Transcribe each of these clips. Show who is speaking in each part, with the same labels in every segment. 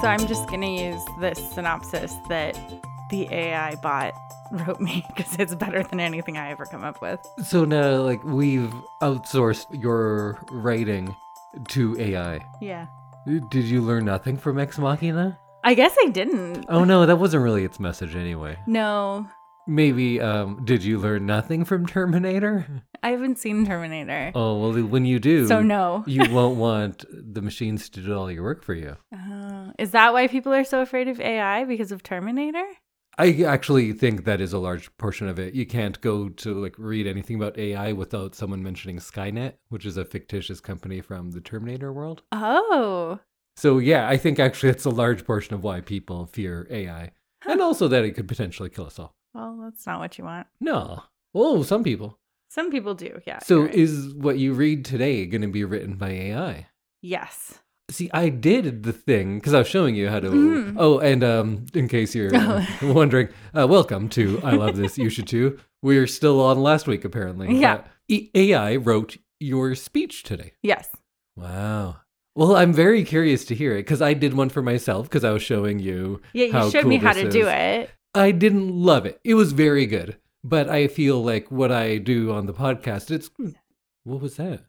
Speaker 1: So I'm just going to use this synopsis that the AI bot wrote me because it's better than anything I ever come up with.
Speaker 2: So now, like, we've outsourced your writing to AI.
Speaker 1: Yeah.
Speaker 2: Did you learn nothing from Ex Machina?
Speaker 1: I guess I didn't.
Speaker 2: Oh no, that wasn't really its message anyway.
Speaker 1: No,
Speaker 2: Maybe, um, did you learn nothing from Terminator?
Speaker 1: I haven't seen Terminator.
Speaker 2: Oh, well, when you do,
Speaker 1: So no.
Speaker 2: you won't want the machines to do all your work for you.
Speaker 1: Oh, is that why people are so afraid of AI because of Terminator?
Speaker 2: I actually think that is a large portion of it. You can't go to like read anything about AI without someone mentioning Skynet, which is a fictitious company from the Terminator world.
Speaker 1: Oh,
Speaker 2: So yeah, I think actually it's a large portion of why people fear AI. And also that it could potentially kill us all.
Speaker 1: well, that's not what you want.
Speaker 2: No. Oh, some people.
Speaker 1: Some people do, yeah.
Speaker 2: So
Speaker 1: you're right.
Speaker 2: is what you read today going to be written by AI?
Speaker 1: yes.
Speaker 2: See, I did the thing because I was showing you how to.
Speaker 1: Mhm.
Speaker 2: Oh, and um, in case you're uh, wondering, uh, welcome to I Love This, You Should Too. We're still on last week, apparently.
Speaker 1: Yeah.
Speaker 2: Uh, E- AI wrote your speech today.
Speaker 1: Yes.
Speaker 2: Wow. Well, I'm very curious to hear it because I did one for myself because I was showing you.
Speaker 1: Yeah, you
Speaker 2: how
Speaker 1: showed me
Speaker 2: cool
Speaker 1: how
Speaker 2: this
Speaker 1: to do
Speaker 2: is.
Speaker 1: it.
Speaker 2: I didn't love it. It was very good, but I feel like what I do on the podcast, it's. What was that?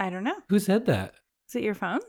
Speaker 1: I don't know.
Speaker 2: Who said that?
Speaker 1: Is it your phone?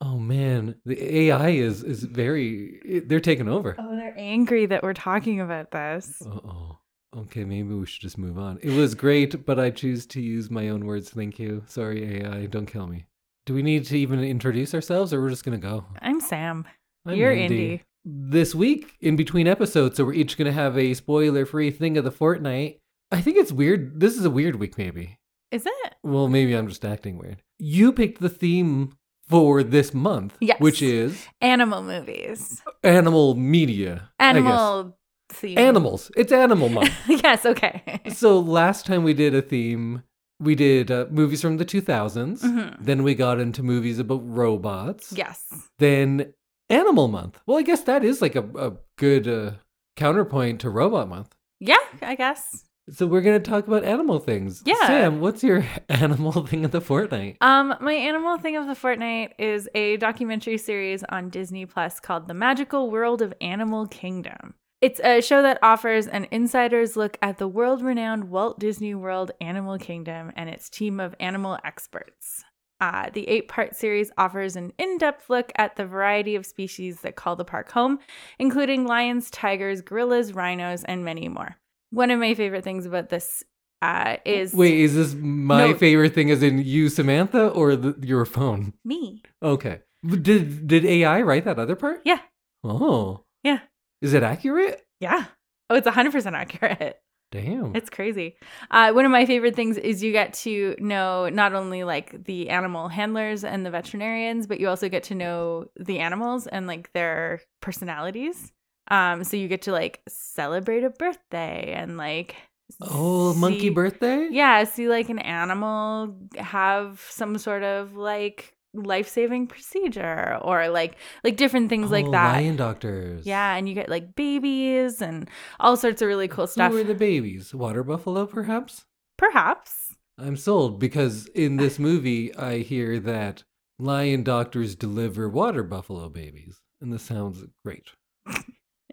Speaker 2: Oh man, the AI is is very it- they're taking over.
Speaker 1: Oh, they're angry that we're talking about this.
Speaker 2: Oh. Uh-oh. Okay, maybe we should just move on. It was great, but I choose to use my own words. Thank you. Sorry, AI, don't kill me. Do we need to even introduce ourselves or we're just going to go?
Speaker 1: I'm Sam.
Speaker 2: I'm
Speaker 1: You're
Speaker 2: Andy.
Speaker 1: Indy.
Speaker 2: This week in between episodes, so we're each going to have a spoiler-free thing of the fortnight. I think it's weird. This is a weird week maybe.
Speaker 1: Is it?
Speaker 2: Well, maybe I'm just acting weird. You picked the theme for this month,
Speaker 1: Yes.
Speaker 2: which is
Speaker 1: Animal movies.
Speaker 2: animal media. I guess.
Speaker 1: Animal theme.
Speaker 2: Animals. It's animal month.
Speaker 1: yes, okay.
Speaker 2: so last time we did a theme, we did uh, movies from the 2000s.
Speaker 1: Mhm.
Speaker 2: Then we got into movies about robots.
Speaker 1: Yes.
Speaker 2: Then animal month. Well, I guess that is like a, a good uh, counterpoint to robot month.
Speaker 1: Yeah, I guess.
Speaker 2: So we're going to talk about animal things.
Speaker 1: Yeah.
Speaker 2: Sam, what's your animal thing of the fortnight?
Speaker 1: Um, my animal thing of the fortnight is a documentary series on Disney Plus called The Magical World of Animal Kingdom. It's a show that offers an insider's look at the world renowned Walt Disney World Animal Kingdom and its team of animal experts. Uh, the eight part series offers an in depth look at the variety of species that call the park home, including lions, tigers, gorillas, rhinos, and many more. One of my favorite things about this uh, is
Speaker 2: Wait, is this my
Speaker 1: No.
Speaker 2: favorite thing as in you, Samantha, or the, your phone?
Speaker 1: me.
Speaker 2: Okay. Did did AI write that other part?
Speaker 1: Yeah.
Speaker 2: Oh.
Speaker 1: Yeah.
Speaker 2: Is it accurate?
Speaker 1: Yeah. Oh, it's 100% accurate.
Speaker 2: Hmm. Damn.
Speaker 1: It's crazy. Uh, one of my favorite things is you get to know not only like the animal handlers and the veterinarians, but you also get to know the animals and like their personalities. Um, so you get to like celebrate a birthday and like
Speaker 2: oh, monkey
Speaker 1: see-
Speaker 2: birthday?
Speaker 1: Yeah, see like an animal have some sort of like life-saving procedure or like like different things like
Speaker 2: Oh,
Speaker 1: that.
Speaker 2: Lion doctors.
Speaker 1: Yeah, and you get like babies and all sorts of really cool stuff.
Speaker 2: Who were the babies? Water buffalo, perhaps?
Speaker 1: Perhaps.
Speaker 2: I'm sold because in this movie, I hear that lion doctors deliver water buffalo babies, and this sounds great.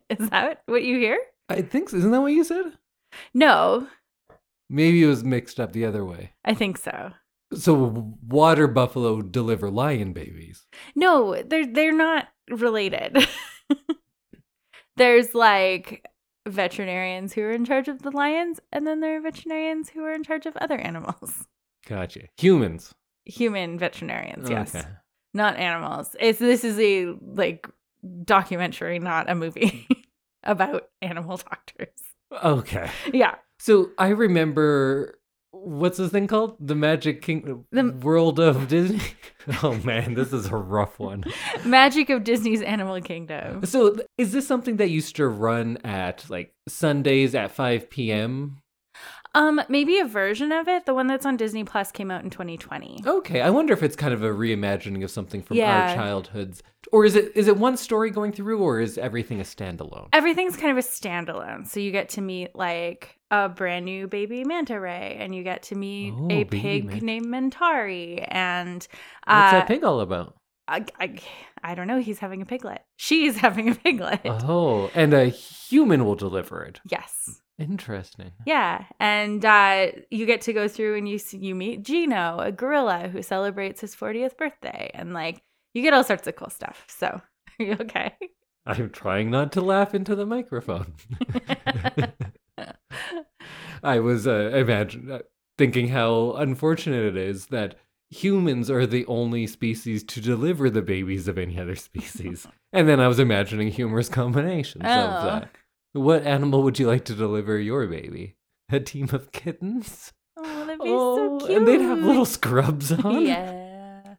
Speaker 1: Is that what you hear?
Speaker 2: I think so. isn't that what you said?
Speaker 1: No,
Speaker 2: Maybe it was mixed up the other way.
Speaker 1: I think so.
Speaker 2: So water buffalo deliver lion babies.
Speaker 1: No, they're they're not related. There's like veterinarians who are in charge of the lions, and then there are veterinarians who are in charge of other animals.
Speaker 2: Gotcha. Humans.
Speaker 1: Human veterinarians, yes.
Speaker 2: Okay.
Speaker 1: Not animals. It's this is a like documentary, not a movie about animal doctors.
Speaker 2: Okay.
Speaker 1: Yeah.
Speaker 2: So I remember what's this thing called? The Magic Kingdom, the
Speaker 1: The-
Speaker 2: World of Disney. oh man, this is a rough one.
Speaker 1: Magic of Disney's Animal Kingdom.
Speaker 2: So th- is this something that used to run at like Sundays at 5 p.m.?
Speaker 1: Um, maybe a version of it. The one that's on Disney Plus came out in 2020.
Speaker 2: Okay, I wonder if it's kind of a reimagining of something from
Speaker 1: Yeah.
Speaker 2: our childhoods or is it is it one story going through, or is everything a standalone?
Speaker 1: Everything's kind of a standalone. So you get to meet like a brand new baby manta ray, and you get to meet
Speaker 2: Oh,
Speaker 1: a
Speaker 2: baby
Speaker 1: pig
Speaker 2: manta-
Speaker 1: named Mentari, and
Speaker 2: What's
Speaker 1: uh,
Speaker 2: that pig all about?
Speaker 1: I, I, I don't know. He's having a piglet. She's having a piglet.
Speaker 2: Oh, and a human will deliver it.
Speaker 1: Yes.
Speaker 2: Interesting.
Speaker 1: Yeah, and uh, you get to go through and you s- you meet Gino, a gorilla who celebrates his 40th birthday, and like you get all sorts of cool stuff. So are you okay?
Speaker 2: I'm trying not to laugh into the microphone. I was uh, imagine uh, thinking how unfortunate it is that humans are the only species to deliver the babies of any other species. and then I was imagining humorous combinations of
Speaker 1: Oh.
Speaker 2: that. What animal would you like to deliver your baby? A team of kittens?
Speaker 1: Oh, that'd be so cute.
Speaker 2: and they'd have little scrubs on.
Speaker 1: yeah,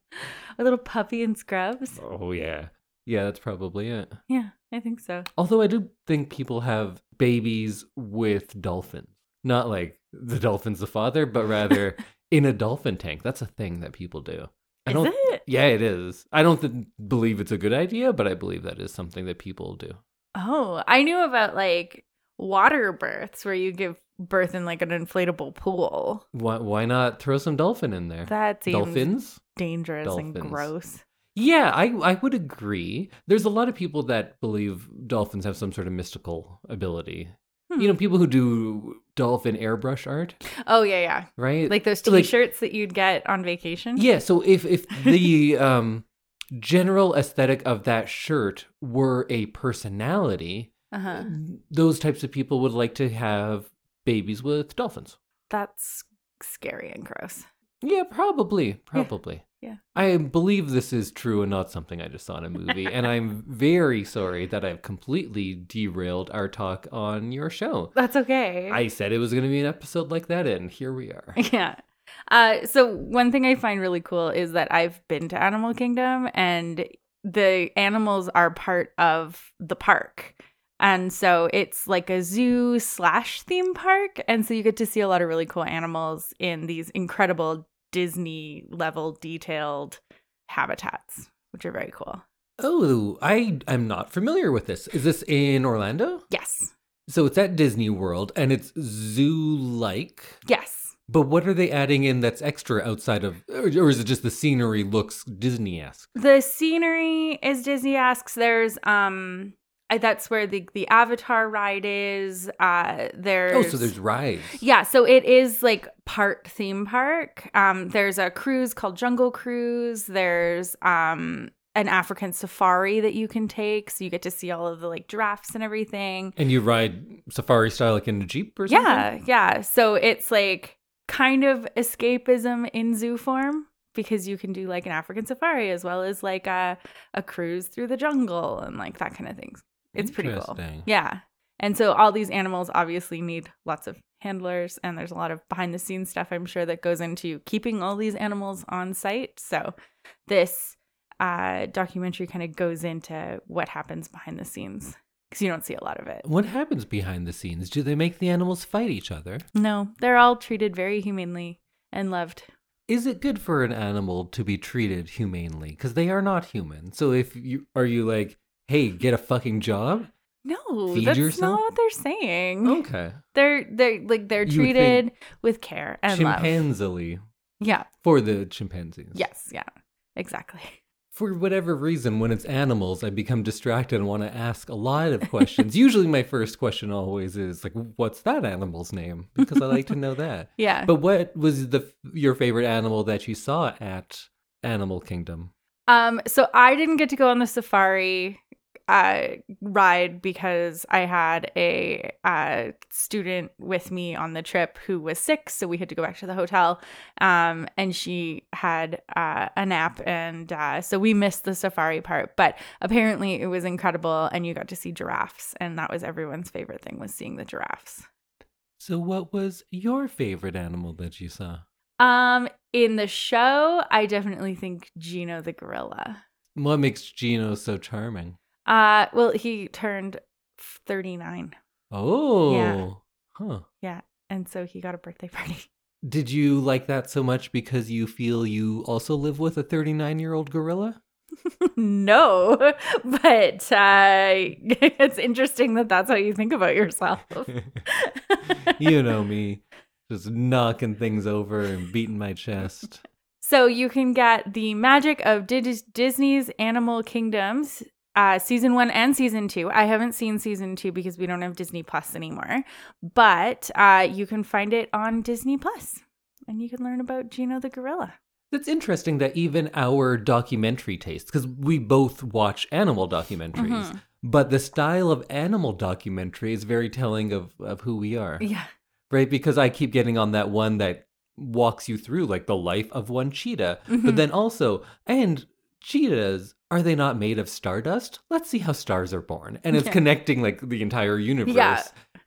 Speaker 1: a little puppy in scrubs.
Speaker 2: Oh yeah. Yeah, that's probably it.
Speaker 1: Yeah, I think so.
Speaker 2: Although I do think people have babies with dolphins. Not like the dolphin's the father, but rather in a dolphin tank. That's a thing that people do. I
Speaker 1: Is
Speaker 2: don't
Speaker 1: it?
Speaker 2: Yeah, it is. I don't th- believe it's a good idea, but I believe that is something that people do.
Speaker 1: Oh, I knew about like water births where you give birth in like an inflatable pool.
Speaker 2: Why why not throw some dolphin in there?
Speaker 1: That seems
Speaker 2: Dolphins?
Speaker 1: dangerous and
Speaker 2: Dolphins.
Speaker 1: gross.
Speaker 2: Yeah, I I would agree. There's a lot of people that believe dolphins have some sort of mystical ability.
Speaker 1: Hmm.
Speaker 2: You know, people who do dolphin airbrush art,
Speaker 1: Oh yeah, yeah.
Speaker 2: right?
Speaker 1: Like those
Speaker 2: Like-
Speaker 1: T-shirts that you'd get on vacation.
Speaker 2: Yeah, so if if the um general aesthetic of that shirt were a personality,
Speaker 1: Uh-huh.
Speaker 2: those types of people would like to have babies with dolphins.
Speaker 1: That's scary and gross.
Speaker 2: Yeah, probably, probably.
Speaker 1: yeah.
Speaker 2: I believe this is true and not something I just saw in a movie, and I'm very sorry that I've completely derailed our talk on your show.
Speaker 1: That's okay.
Speaker 2: I said it was going to be an episode like that, and here we are.
Speaker 1: yeah. Uh, so one thing I find really cool is that I've been to Animal Kingdom and the animals are part of the park. And so it's like a zoo slash theme park. And so you get to see a lot of really cool animals in these incredible Disney level detailed habitats, which are very cool.
Speaker 2: Oh, I am not familiar with this. Is this in Orlando?
Speaker 1: Yes.
Speaker 2: So it's at Disney World and it's zoo like.
Speaker 1: Yes.
Speaker 2: But what are they adding in that's extra outside of, or or is it just the scenery looks Disney esque?
Speaker 1: the scenery is disney asks there's um I, that's where the the avatar ride is uh there's
Speaker 2: Oh, so there's rides.
Speaker 1: yeah so it is like part theme park um there's a cruise called jungle cruise there's um an african safari that you can take so you get to see all of the like giraffes and everything
Speaker 2: And you ride safari style like in a Jeep or something?
Speaker 1: yeah yeah so it's like kind of escapism in zoo form because you can do like an african safari as well as like a, a cruise through the jungle and like that kind of things it's pretty cool
Speaker 2: Interesting.
Speaker 1: yeah and so all these animals obviously need lots of handlers and there's a lot of behind the scenes stuff i'm sure that goes into keeping all these animals on site so this uh, documentary kind of goes into what happens behind the scenes because you don't see a lot of it
Speaker 2: What happens behind the scenes? Do they make the animals fight each other?
Speaker 1: No, they're all treated very humanely and loved.
Speaker 2: Is it good for an animal to be treated humanely? Because they are not human. So if you are you like, hey, get a fucking job?
Speaker 1: No,
Speaker 2: Feed
Speaker 1: that's
Speaker 2: yourself?
Speaker 1: not what they're saying.
Speaker 2: Okay.
Speaker 1: They're they're like they're
Speaker 2: You would think
Speaker 1: treated with care and love.
Speaker 2: Chimpanzee
Speaker 1: Yeah.
Speaker 2: for the chimpanzees.
Speaker 1: Yes. Yeah. Exactly.
Speaker 2: For whatever reason, when it's animals, I become distracted and want to ask a lot of questions. Usually, my first question always is like, "What's that animal's name?" Because I like to know that.
Speaker 1: Yeah.
Speaker 2: But what was the your favorite animal that you saw at Animal Kingdom?
Speaker 1: Um, so I didn't get to go on the safari uh ride because I had a uh student with me on the trip who was sick, so we had to go back to the hotel. Um and she had uh a nap and uh so we missed the safari part, but apparently it was incredible and you got to see giraffes and that was everyone's favorite thing was seeing the giraffes.
Speaker 2: So, what was your favorite animal that you saw?
Speaker 1: Um in the show, I definitely think Gino the gorilla.
Speaker 2: What makes Gino so charming?
Speaker 1: Uh well, he turned 39.
Speaker 2: Oh, huh.
Speaker 1: And so he got a birthday party.
Speaker 2: Did you like that so much because you feel you also live with a 39 year old gorilla?
Speaker 1: no, but uh, it's interesting that that's how you think about yourself.
Speaker 2: you know me, just knocking things over and beating my chest.
Speaker 1: So you can get the magic of Di- Disney's Animal Kingdoms. Uh, season one and season two. I haven't seen season two because we don't have Disney Plus anymore, but uh, you can find it on Disney Plus and you can learn about Gino the gorilla.
Speaker 2: It's interesting that even our documentary tastes, because we both watch animal documentaries,
Speaker 1: Mhm.
Speaker 2: but the style of animal documentary is very telling of, of who we are,
Speaker 1: Yeah.
Speaker 2: right? Because I keep getting on that one that walks you through like the life of one cheetah,
Speaker 1: Mhm.
Speaker 2: but then also, and cheetahs. Are they not made of stardust? Let's see how stars are born. And it's
Speaker 1: Yeah.
Speaker 2: connecting like the entire universe.
Speaker 1: Yeah.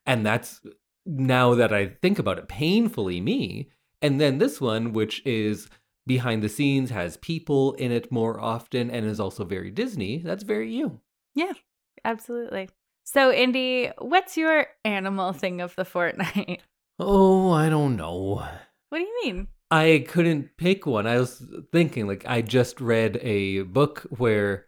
Speaker 2: And that's now that I think about it, painfully me. And then this one, which is behind the scenes, has people in it more often, and is also very Disney. That's very you.
Speaker 1: Absolutely. So, Indy, what's your animal thing of the fortnight?
Speaker 2: Oh, I don't know.
Speaker 1: What do you mean?
Speaker 2: I couldn't pick one. I was thinking, like, I just read a book where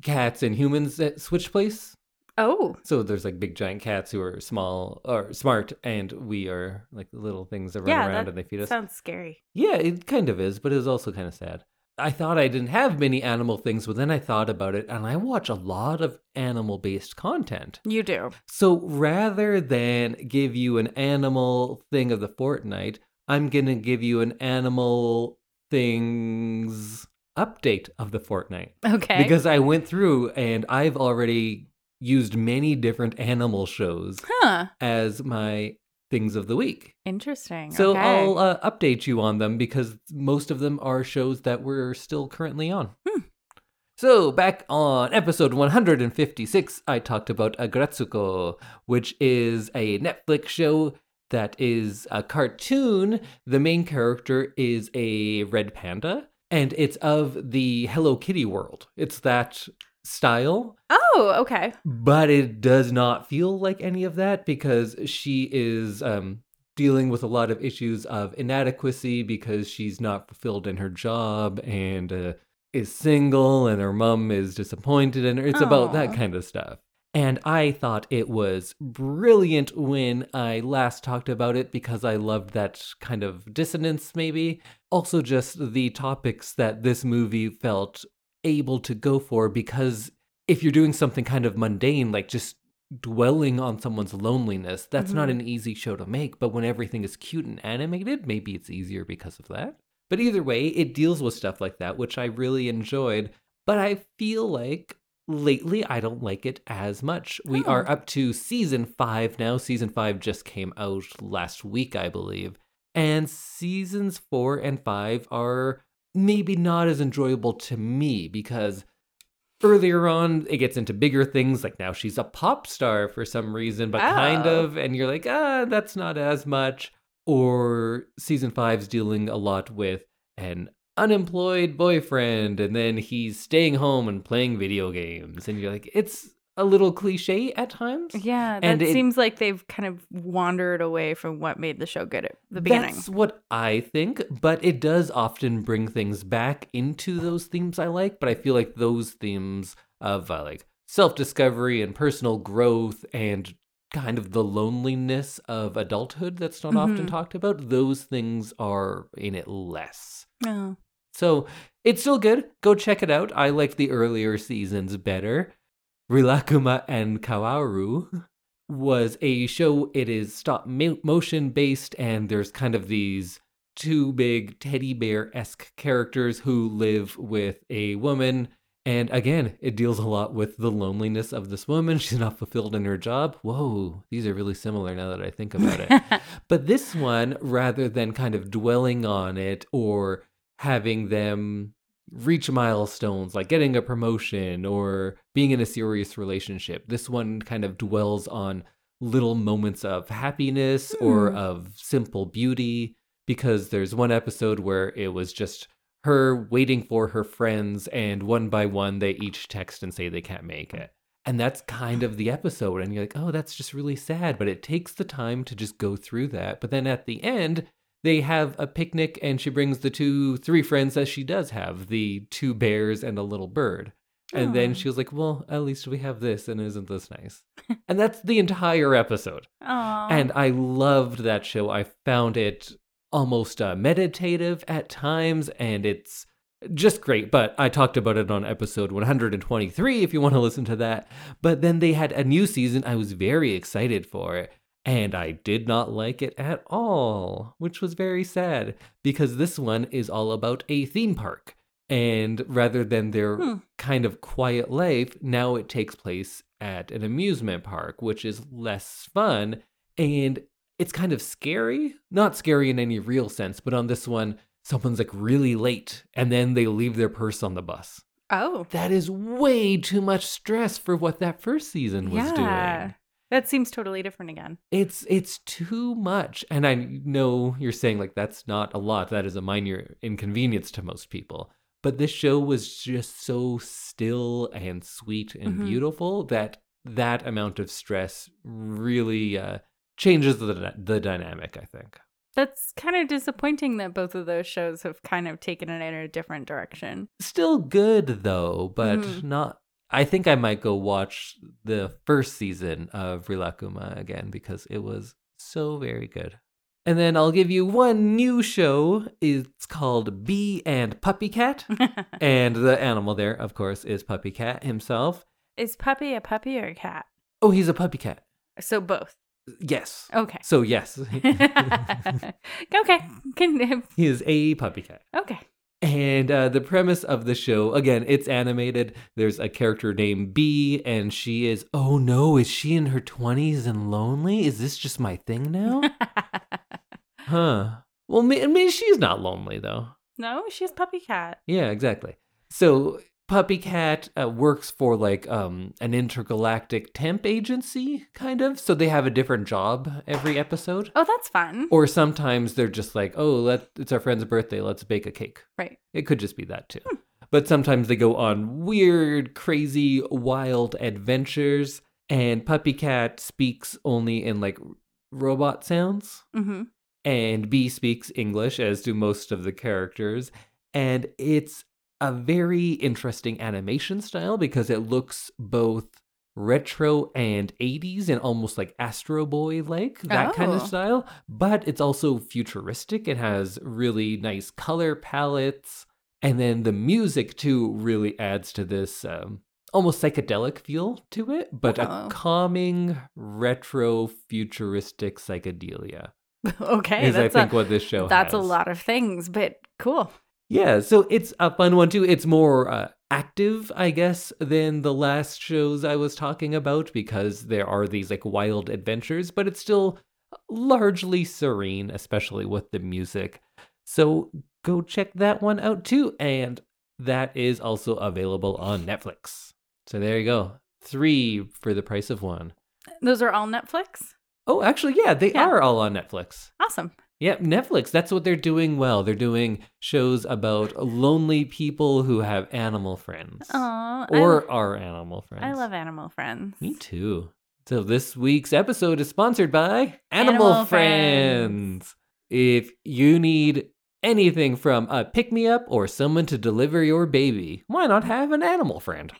Speaker 2: cats and humans uh, switch place.
Speaker 1: Oh,
Speaker 2: So there's like big giant cats who are small or smart, and we are like little things that run
Speaker 1: Yeah,
Speaker 2: around
Speaker 1: that
Speaker 2: and they feed us.
Speaker 1: sounds scary.
Speaker 2: Yeah, it kind of is, but it was also kind of sad. I thought I didn't have many animal things, but then I thought about it, and I watch a lot of animal based content.
Speaker 1: You do.
Speaker 2: So rather than give you an animal thing of the fortnight, I'm going to give you an animal things update of the fortnight.
Speaker 1: Okay.
Speaker 2: Because I went through and I've already used many different animal shows
Speaker 1: huh.
Speaker 2: as my things of the week.
Speaker 1: Interesting.
Speaker 2: So
Speaker 1: okay.
Speaker 2: I'll uh, update you on them because most of them are shows that we're still currently on.
Speaker 1: Hmm.
Speaker 2: So back on episode 156, I talked about Agretsuko, which is a Netflix show that is a cartoon. The main character is a red panda, and it's of the Hello Kitty world. It's that style
Speaker 1: Oh, okay.
Speaker 2: but it does not feel like any of that because she is um, dealing with a lot of issues of inadequacy because she's not fulfilled in her job and uh, is single and her mom is disappointed and it's about that
Speaker 1: Aw.
Speaker 2: kind of stuff. And I thought it was brilliant when I last talked about it because I loved that kind of dissonance, maybe. Also, just the topics that this movie felt able to go for because if you're doing something kind of mundane, like just dwelling on someone's loneliness, that's not
Speaker 1: Mhm.
Speaker 2: an easy show to make. But when everything is cute and animated, maybe it's easier because of that. But either way, it deals with stuff like that, which I really enjoyed. But I feel like lately I don't like it as much. We
Speaker 1: Oh.
Speaker 2: are up to season five now. Season five just came out last week, I believe. And seasons four and five are maybe not as enjoyable to me because earlier on it gets into bigger things like now she's a pop star for some reason but kind
Speaker 1: Oh.
Speaker 2: of and you're like ah that's not as much or season five's dealing a lot with an unemployed boyfriend and then he's staying home and playing video games and you're like it's a little cliche at times
Speaker 1: Yeah, that
Speaker 2: And it-
Speaker 1: seems like they've kind of wandered away from what made the show good at the beginning.
Speaker 2: That's what I think, but it does often bring things back into those themes I like. But I feel like those themes of uh, like self discovery and personal growth and kind of the loneliness of adulthood that's not often
Speaker 1: Mhm.
Speaker 2: talked about, those things are in it less.
Speaker 1: Oh.
Speaker 2: So it's still good. Go check it out. I like the earlier seasons better. Rilakkuma and Kawaru was a show. It is stop mo- motion based, and there's kind of these two big teddy bear esque characters who live with a woman. And again, it deals a lot with the loneliness of this woman. She's not fulfilled in her job. Whoa, these are really similar now that I think about it. But this one, rather than kind of dwelling on it or having them reach milestones like getting a promotion or being in a serious relationship, this one kind of dwells on little moments of happiness or
Speaker 1: Hmm.
Speaker 2: of simple beauty. Because there's one episode where it was just her waiting for her friends, and one by one, they each text and say they can't make it. And that's kind of the episode. And you're like, oh, that's just really sad. But it takes the time to just go through that. But then at the end, They have a picnic, and she brings the two, three friends that she does have the two bears and a little bird. And
Speaker 1: Aw.
Speaker 2: then she was like, Well, at least we have this, and isn't this nice? and that's the entire episode.
Speaker 1: Aw.
Speaker 2: And I loved that show. I found it almost uh, meditative at times, and it's just great. But I talked about it on episode 123 if you want to listen to that. But then they had a new season. I was very excited for it. And I did not like it at all, which was very sad because this one is all about a theme park. And rather than their
Speaker 1: Hmm.
Speaker 2: kind of quiet life, now it takes place at an amusement park, which is less fun. And it's kind of scary. Not scary in any real sense, but on this one, someone's like really late and then they leave their purse on the bus.
Speaker 1: oh,
Speaker 2: That is way too much stress for what that first season was
Speaker 1: Yeah.
Speaker 2: doing.
Speaker 1: that seems totally different again.
Speaker 2: It's it's too much. And I know you're saying like that's not a lot. That is a minor inconvenience to most people. But this show was just so still and sweet and
Speaker 1: Mhm.
Speaker 2: beautiful that that amount of stress really uh, changes the the dynamic, I think.
Speaker 1: That's kind of disappointing that both of those shows have kind of taken it in a different direction.
Speaker 2: Still good though, but
Speaker 1: Mhm.
Speaker 2: not I think I might go watch the first season of Rilakuma again because it was so very good. And then I'll give you one new show. It's called Bee and Puppy Cat. and the animal there, of course, is Puppy Cat himself.
Speaker 1: Is puppy a puppy or a cat?
Speaker 2: Oh, he's a puppy cat.
Speaker 1: So both.
Speaker 2: Yes.
Speaker 1: Okay.
Speaker 2: So, yes,
Speaker 1: okay. Can,
Speaker 2: he is a puppy cat.
Speaker 1: okay.
Speaker 2: And uh, the premise of the show, again, it's animated. There's a character named B, and she is, oh no, is she in her 20s and lonely? Is this just my thing now? huh. Well, ma- I mean, she's not lonely, though.
Speaker 1: no, she's puppy cat.
Speaker 2: Yeah, exactly. So Puppy Cat uh, works for like um, an intergalactic temp agency, kind of. So they have a different job every episode.
Speaker 1: Oh, that's fun.
Speaker 2: Or sometimes they're just like, oh, let it's our friend's birthday. Let's bake a cake.
Speaker 1: right.
Speaker 2: It could just be that too. But sometimes they go on weird, crazy, wild adventures. And Puppy Cat speaks only in like r- robot sounds.
Speaker 1: Mm-hmm.
Speaker 2: And B speaks English, as do most of the characters. And it's a very interesting animation style because it looks both retro and 80s and almost like Astro Boy like, that kind of
Speaker 1: Oh.
Speaker 2: style. But it's also futuristic. It has really nice color palettes. And then the music, too, really adds to this um, almost psychedelic feel to it, but
Speaker 1: Oh.
Speaker 2: a calming, retro, futuristic psychedelia
Speaker 1: Okay.
Speaker 2: is I
Speaker 1: that's
Speaker 2: think
Speaker 1: a,
Speaker 2: what this show
Speaker 1: that's a
Speaker 2: has.
Speaker 1: lot of things, but cool.
Speaker 2: Yeah, so it's a fun one too. It's more uh, active, I guess, than the last shows I was talking about because there are these like wild adventures, but it's still largely serene, especially with the music. So go check that one out too, and that is also available on Netflix. So there you go, three for the price of one.
Speaker 1: Those are all Netflix.
Speaker 2: Oh, actually, yeah, they
Speaker 1: Yeah.
Speaker 2: are all on Netflix.
Speaker 1: Awesome.
Speaker 2: Yeah, Netflix, that's what they're doing well. They're doing shows about lonely people who have animal friends.
Speaker 1: Aw,
Speaker 2: or are animal friends.
Speaker 1: I, I love animal friends.
Speaker 2: Me too. So this week's episode is sponsored by Animal,
Speaker 1: Animal
Speaker 2: friends.
Speaker 1: Friends.
Speaker 2: If you need anything from a pick me up or someone to deliver your baby, why not have an animal friend?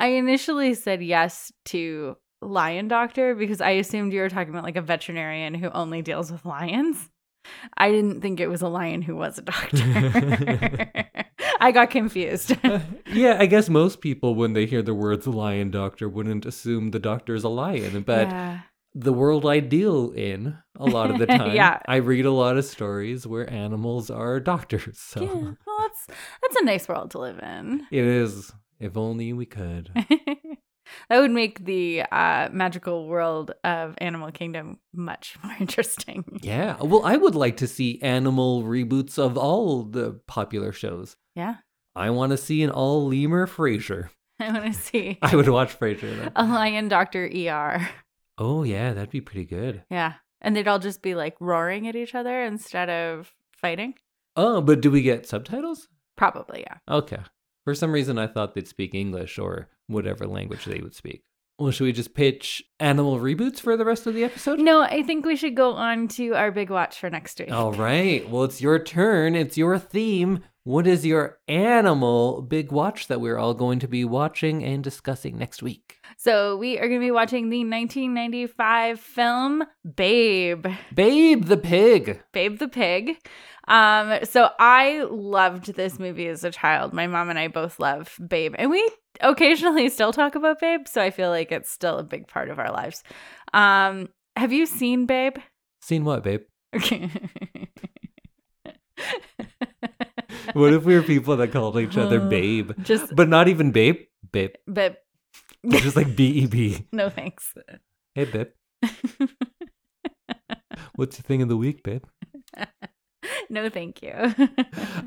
Speaker 1: I initially said yes to lion doctor because I assumed you were talking about like a veterinarian who only deals with lions. I didn't think it was a lion who was a doctor. I got confused.
Speaker 2: Uh, yeah, I guess most people when they hear the words lion doctor wouldn't assume the doctor is a lion, but
Speaker 1: Yeah.
Speaker 2: the world I deal in a lot of the time.
Speaker 1: Yeah.
Speaker 2: I read a lot of stories where animals are doctors. So
Speaker 1: Yeah, well, that's that's a nice world to live in.
Speaker 2: it is, if only we could.
Speaker 1: that would make the uh, magical world of Animal Kingdom much more interesting.
Speaker 2: yeah. Well, I would like to see animal reboots of all the popular shows.
Speaker 1: Yeah,
Speaker 2: I want to see an all lemur Frasier.
Speaker 1: I want to see
Speaker 2: I would watch Frasier. Though.
Speaker 1: a lion doctor ER.
Speaker 2: Oh, yeah, that'd be pretty good.
Speaker 1: Yeah. And they'd all just be like roaring at each other instead of fighting.
Speaker 2: Oh, but do we get subtitles?
Speaker 1: Probably, yeah.
Speaker 2: Okay. For some reason, I thought they'd speak English or whatever language they would speak. Well, should we just pitch animal reboots for the rest of the episode?
Speaker 1: No, I think we should go on to our big watch for next week.
Speaker 2: All right. Well, it's your turn. It's your theme. What is your animal big watch that we're all going to be watching and discussing next week?
Speaker 1: So we are going to be watching the 1995 film Babe,
Speaker 2: Babe the pig.
Speaker 1: Babe the Pig. Um, so I loved this movie as a child. My mom and I both love Babe, and we occasionally still talk about Babe. So I feel like it's still a big part of our lives. Um, have you seen Babe?
Speaker 2: Seen what, babe?
Speaker 1: Okay.
Speaker 2: What if we were people that called each other babe?
Speaker 1: Just
Speaker 2: But not even babe, babe.
Speaker 1: but
Speaker 2: Just like B E B.
Speaker 1: no thanks.
Speaker 2: Hey, babe. What's your thing of the week, babe?
Speaker 1: no, thank you.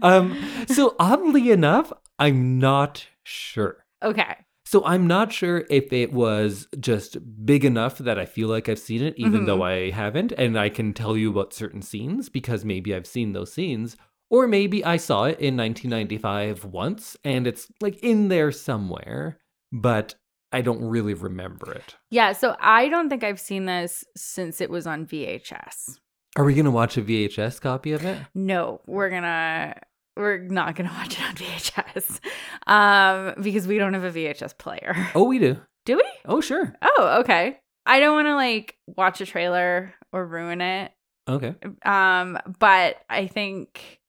Speaker 2: Um, so oddly enough, I'm not sure.
Speaker 1: okay.
Speaker 2: So I'm not sure if it was just big enough that I feel like I've seen it, even
Speaker 1: Mhm.
Speaker 2: though I haven't, and I can tell you about certain scenes because maybe I've seen those scenes, or maybe I saw it in 1995 once and it's like in there somewhere, but I don't really remember it.
Speaker 1: Yeah, so I don't think I've seen this since it was on VHS.
Speaker 2: Are we gonna watch a VHS copy of it?
Speaker 1: No, we're gonna we're not gonna watch it on VHS. Um, because we don't have a VHS player.
Speaker 2: Oh, we do.
Speaker 1: Do we?
Speaker 2: Oh, sure.
Speaker 1: Oh, okay. I don't wanna like watch a trailer or ruin it.
Speaker 2: Okay.
Speaker 1: Um, but I think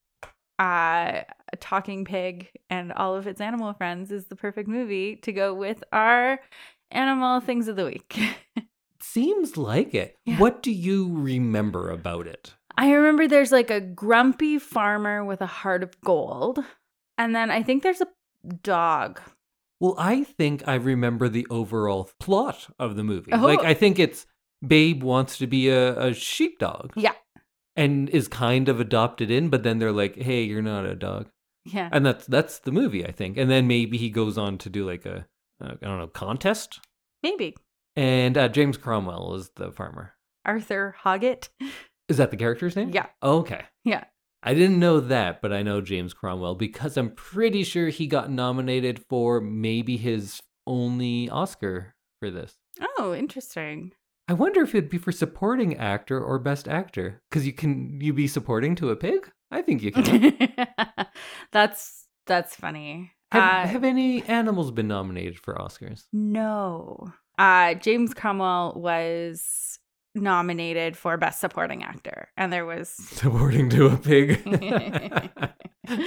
Speaker 1: uh Talking Pig and all of its animal friends is the perfect movie to go with our animal things of the week.
Speaker 2: Seems like it.
Speaker 1: Yeah.
Speaker 2: What do you remember about it?
Speaker 1: I remember there's like a grumpy farmer with a heart of gold. And then I think there's a dog.
Speaker 2: Well, I think I remember the overall plot of the movie.
Speaker 1: Oh.
Speaker 2: Like, I think it's Babe wants to be a, a sheepdog.
Speaker 1: Yeah.
Speaker 2: And is kind of adopted in, but then they're like, "Hey, you're not a dog,"
Speaker 1: Yeah.
Speaker 2: and that's that's the movie, I think. And then maybe he goes on to do like a, a I don't know contest,
Speaker 1: Maybe.
Speaker 2: and uh, James Cromwell is the farmer.
Speaker 1: Arthur Hoggett.
Speaker 2: Is that the character's name?
Speaker 1: Yeah.
Speaker 2: Okay.
Speaker 1: Yeah.
Speaker 2: I didn't know that, but I know James Cromwell because I'm pretty sure he got nominated for maybe his only Oscar for this.
Speaker 1: Oh, interesting.
Speaker 2: I wonder if it'd be for supporting actor or best actor. Because you can you be supporting to a pig? I think you can.
Speaker 1: that's that's funny.
Speaker 2: have,
Speaker 1: Uh,
Speaker 2: have any animals been nominated for Oscars?
Speaker 1: no. Uh James Cromwell was nominated for best supporting actor and there was
Speaker 2: Supporting to a pig.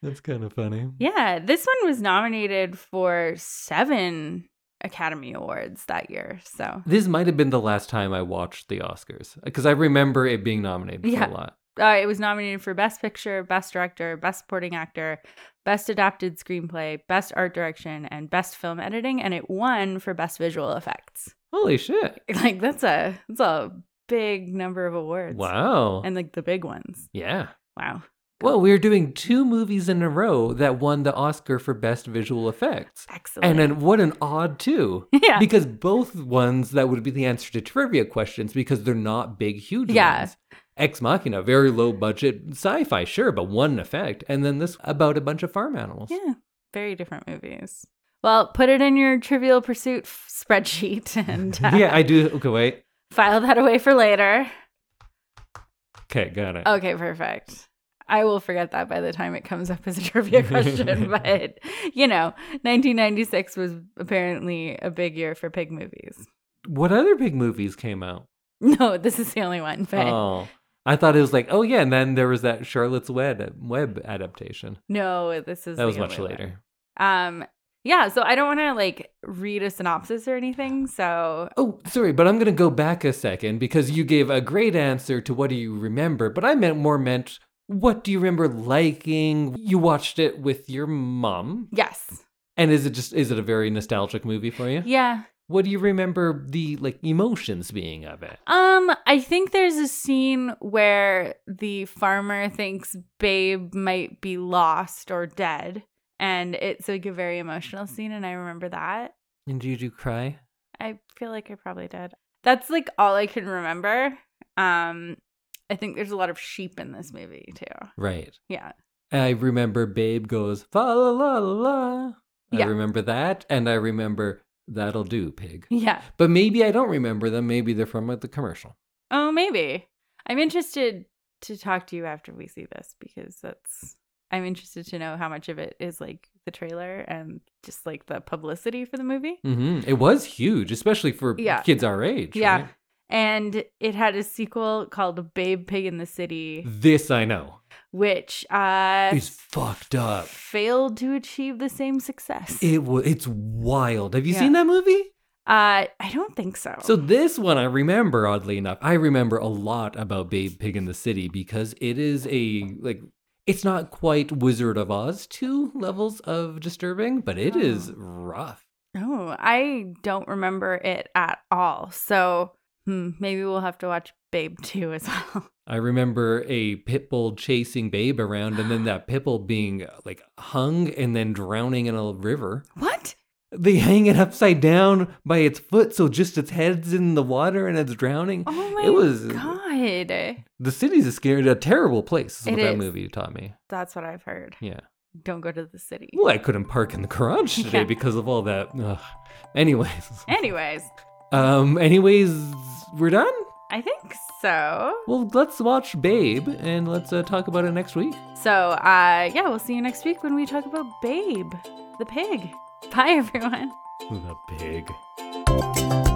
Speaker 2: That's kind of funny.
Speaker 1: Yeah, this one was nominated for seven Academy Awards that year. So
Speaker 2: This might have been the last time I watched the Oscars because I remember it being nominated for
Speaker 1: Yeah.
Speaker 2: a lot.
Speaker 1: uh, it was nominated for Best Picture, Best Director, Best Supporting Actor, Best Adapted Screenplay, Best Art Direction, and Best Film Editing, and it won for Best Visual Effects.
Speaker 2: Holy shit!
Speaker 1: Like that's a that's a big number of awards.
Speaker 2: Wow.
Speaker 1: And like the big ones.
Speaker 2: yeah.
Speaker 1: Wow.
Speaker 2: Well, we're doing two movies in a row that won the Oscar for Best Visual Effects.
Speaker 1: Excellent.
Speaker 2: And then what an odd two.
Speaker 1: yeah.
Speaker 2: because both ones that would be the answer to trivia questions because they're not big huge
Speaker 1: Yeah.
Speaker 2: ones. Ex Machina, very low budget sci-fi, sure, but one effect, and then this about a bunch of farm animals.
Speaker 1: Yeah, very different movies. Well, put it in your Trivial Pursuit f- spreadsheet and uh,
Speaker 2: yeah, I do. Okay, wait.
Speaker 1: file that away for later.
Speaker 2: Okay, got it.
Speaker 1: Okay, perfect. I will forget that by the time it comes up as a trivia question, but you know, 1996 was apparently a big year for pig movies.
Speaker 2: What other big movies came out?
Speaker 1: No, this is the only one. But
Speaker 2: Oh, I thought it was like, oh yeah, and then there was that Charlotte's Web web adaptation.
Speaker 1: no, this is
Speaker 2: That
Speaker 1: the
Speaker 2: was much
Speaker 1: only one.
Speaker 2: later.
Speaker 1: Um, yeah. So I don't want to like read a synopsis or anything. So
Speaker 2: Oh, sorry, but I'm going to go back a second because you gave a great answer to what do you remember, but I meant more meant what do you remember liking? You watched it with your mom.
Speaker 1: yes,
Speaker 2: And is it just is it a very nostalgic movie for you?
Speaker 1: yeah.
Speaker 2: What do you remember the like emotions being of it?
Speaker 1: Um, I think there's a scene where the farmer thinks Babe might be lost or dead, and it's like a very emotional scene, and I remember that.
Speaker 2: And did you cry?
Speaker 1: I feel like I probably did. That's like all I can remember. Um, I think there's a lot of sheep in this movie too.
Speaker 2: Right.
Speaker 1: Yeah.
Speaker 2: I remember Babe goes fa la la la. la. I
Speaker 1: Yeah.
Speaker 2: remember that, and I remember That'll do, pig.
Speaker 1: Yeah.
Speaker 2: But maybe I don't remember them. Maybe they're from uh, the commercial.
Speaker 1: Oh, maybe. I'm interested to talk to you after we see this because that's. I'm interested to know how much of it is like the trailer and just like the publicity for the movie.
Speaker 2: hmm It was huge, especially for
Speaker 1: Yeah.
Speaker 2: kids our age.
Speaker 1: Yeah.
Speaker 2: right?
Speaker 1: And it had a sequel called Babe Pig in the City,
Speaker 2: This I know.
Speaker 1: which uh,
Speaker 2: It's fucked up.
Speaker 1: failed to achieve the same success.
Speaker 2: It was. It's wild. Have you
Speaker 1: Yeah.
Speaker 2: seen that movie?
Speaker 1: uh, I don't think so.
Speaker 2: So this one I remember oddly enough. I remember a lot about Babe Pig in the City because it is a like it's not quite Wizard of Oz 2 levels of disturbing, but it is
Speaker 1: Oh.
Speaker 2: rough.
Speaker 1: oh, I don't remember it at all. So hmm, maybe we'll have to watch Babe 2 as well.
Speaker 2: I remember a pit bull chasing Babe around and then that pit bull being uh, like hung and then drowning in a river.
Speaker 1: what?
Speaker 2: They hang it upside down by its foot so just its head's in the water and it's drowning.
Speaker 1: Oh my
Speaker 2: It was-
Speaker 1: God.
Speaker 2: The city's a scary a terrible place is
Speaker 1: It
Speaker 2: what that
Speaker 1: is.
Speaker 2: movie taught me.
Speaker 1: That's what I've heard.
Speaker 2: Yeah.
Speaker 1: Don't go to the city.
Speaker 2: Well, I couldn't park in the garage today
Speaker 1: Yeah.
Speaker 2: because of all that. Ugh. Anyways,
Speaker 1: Anyways,
Speaker 2: um, anyways, we're done.
Speaker 1: I think so.
Speaker 2: Well, let's watch Babe and let's uh, talk about it next week.
Speaker 1: So, uh, yeah, we'll see you next week when we talk about Babe, the pig. Bye, everyone.
Speaker 2: The pig.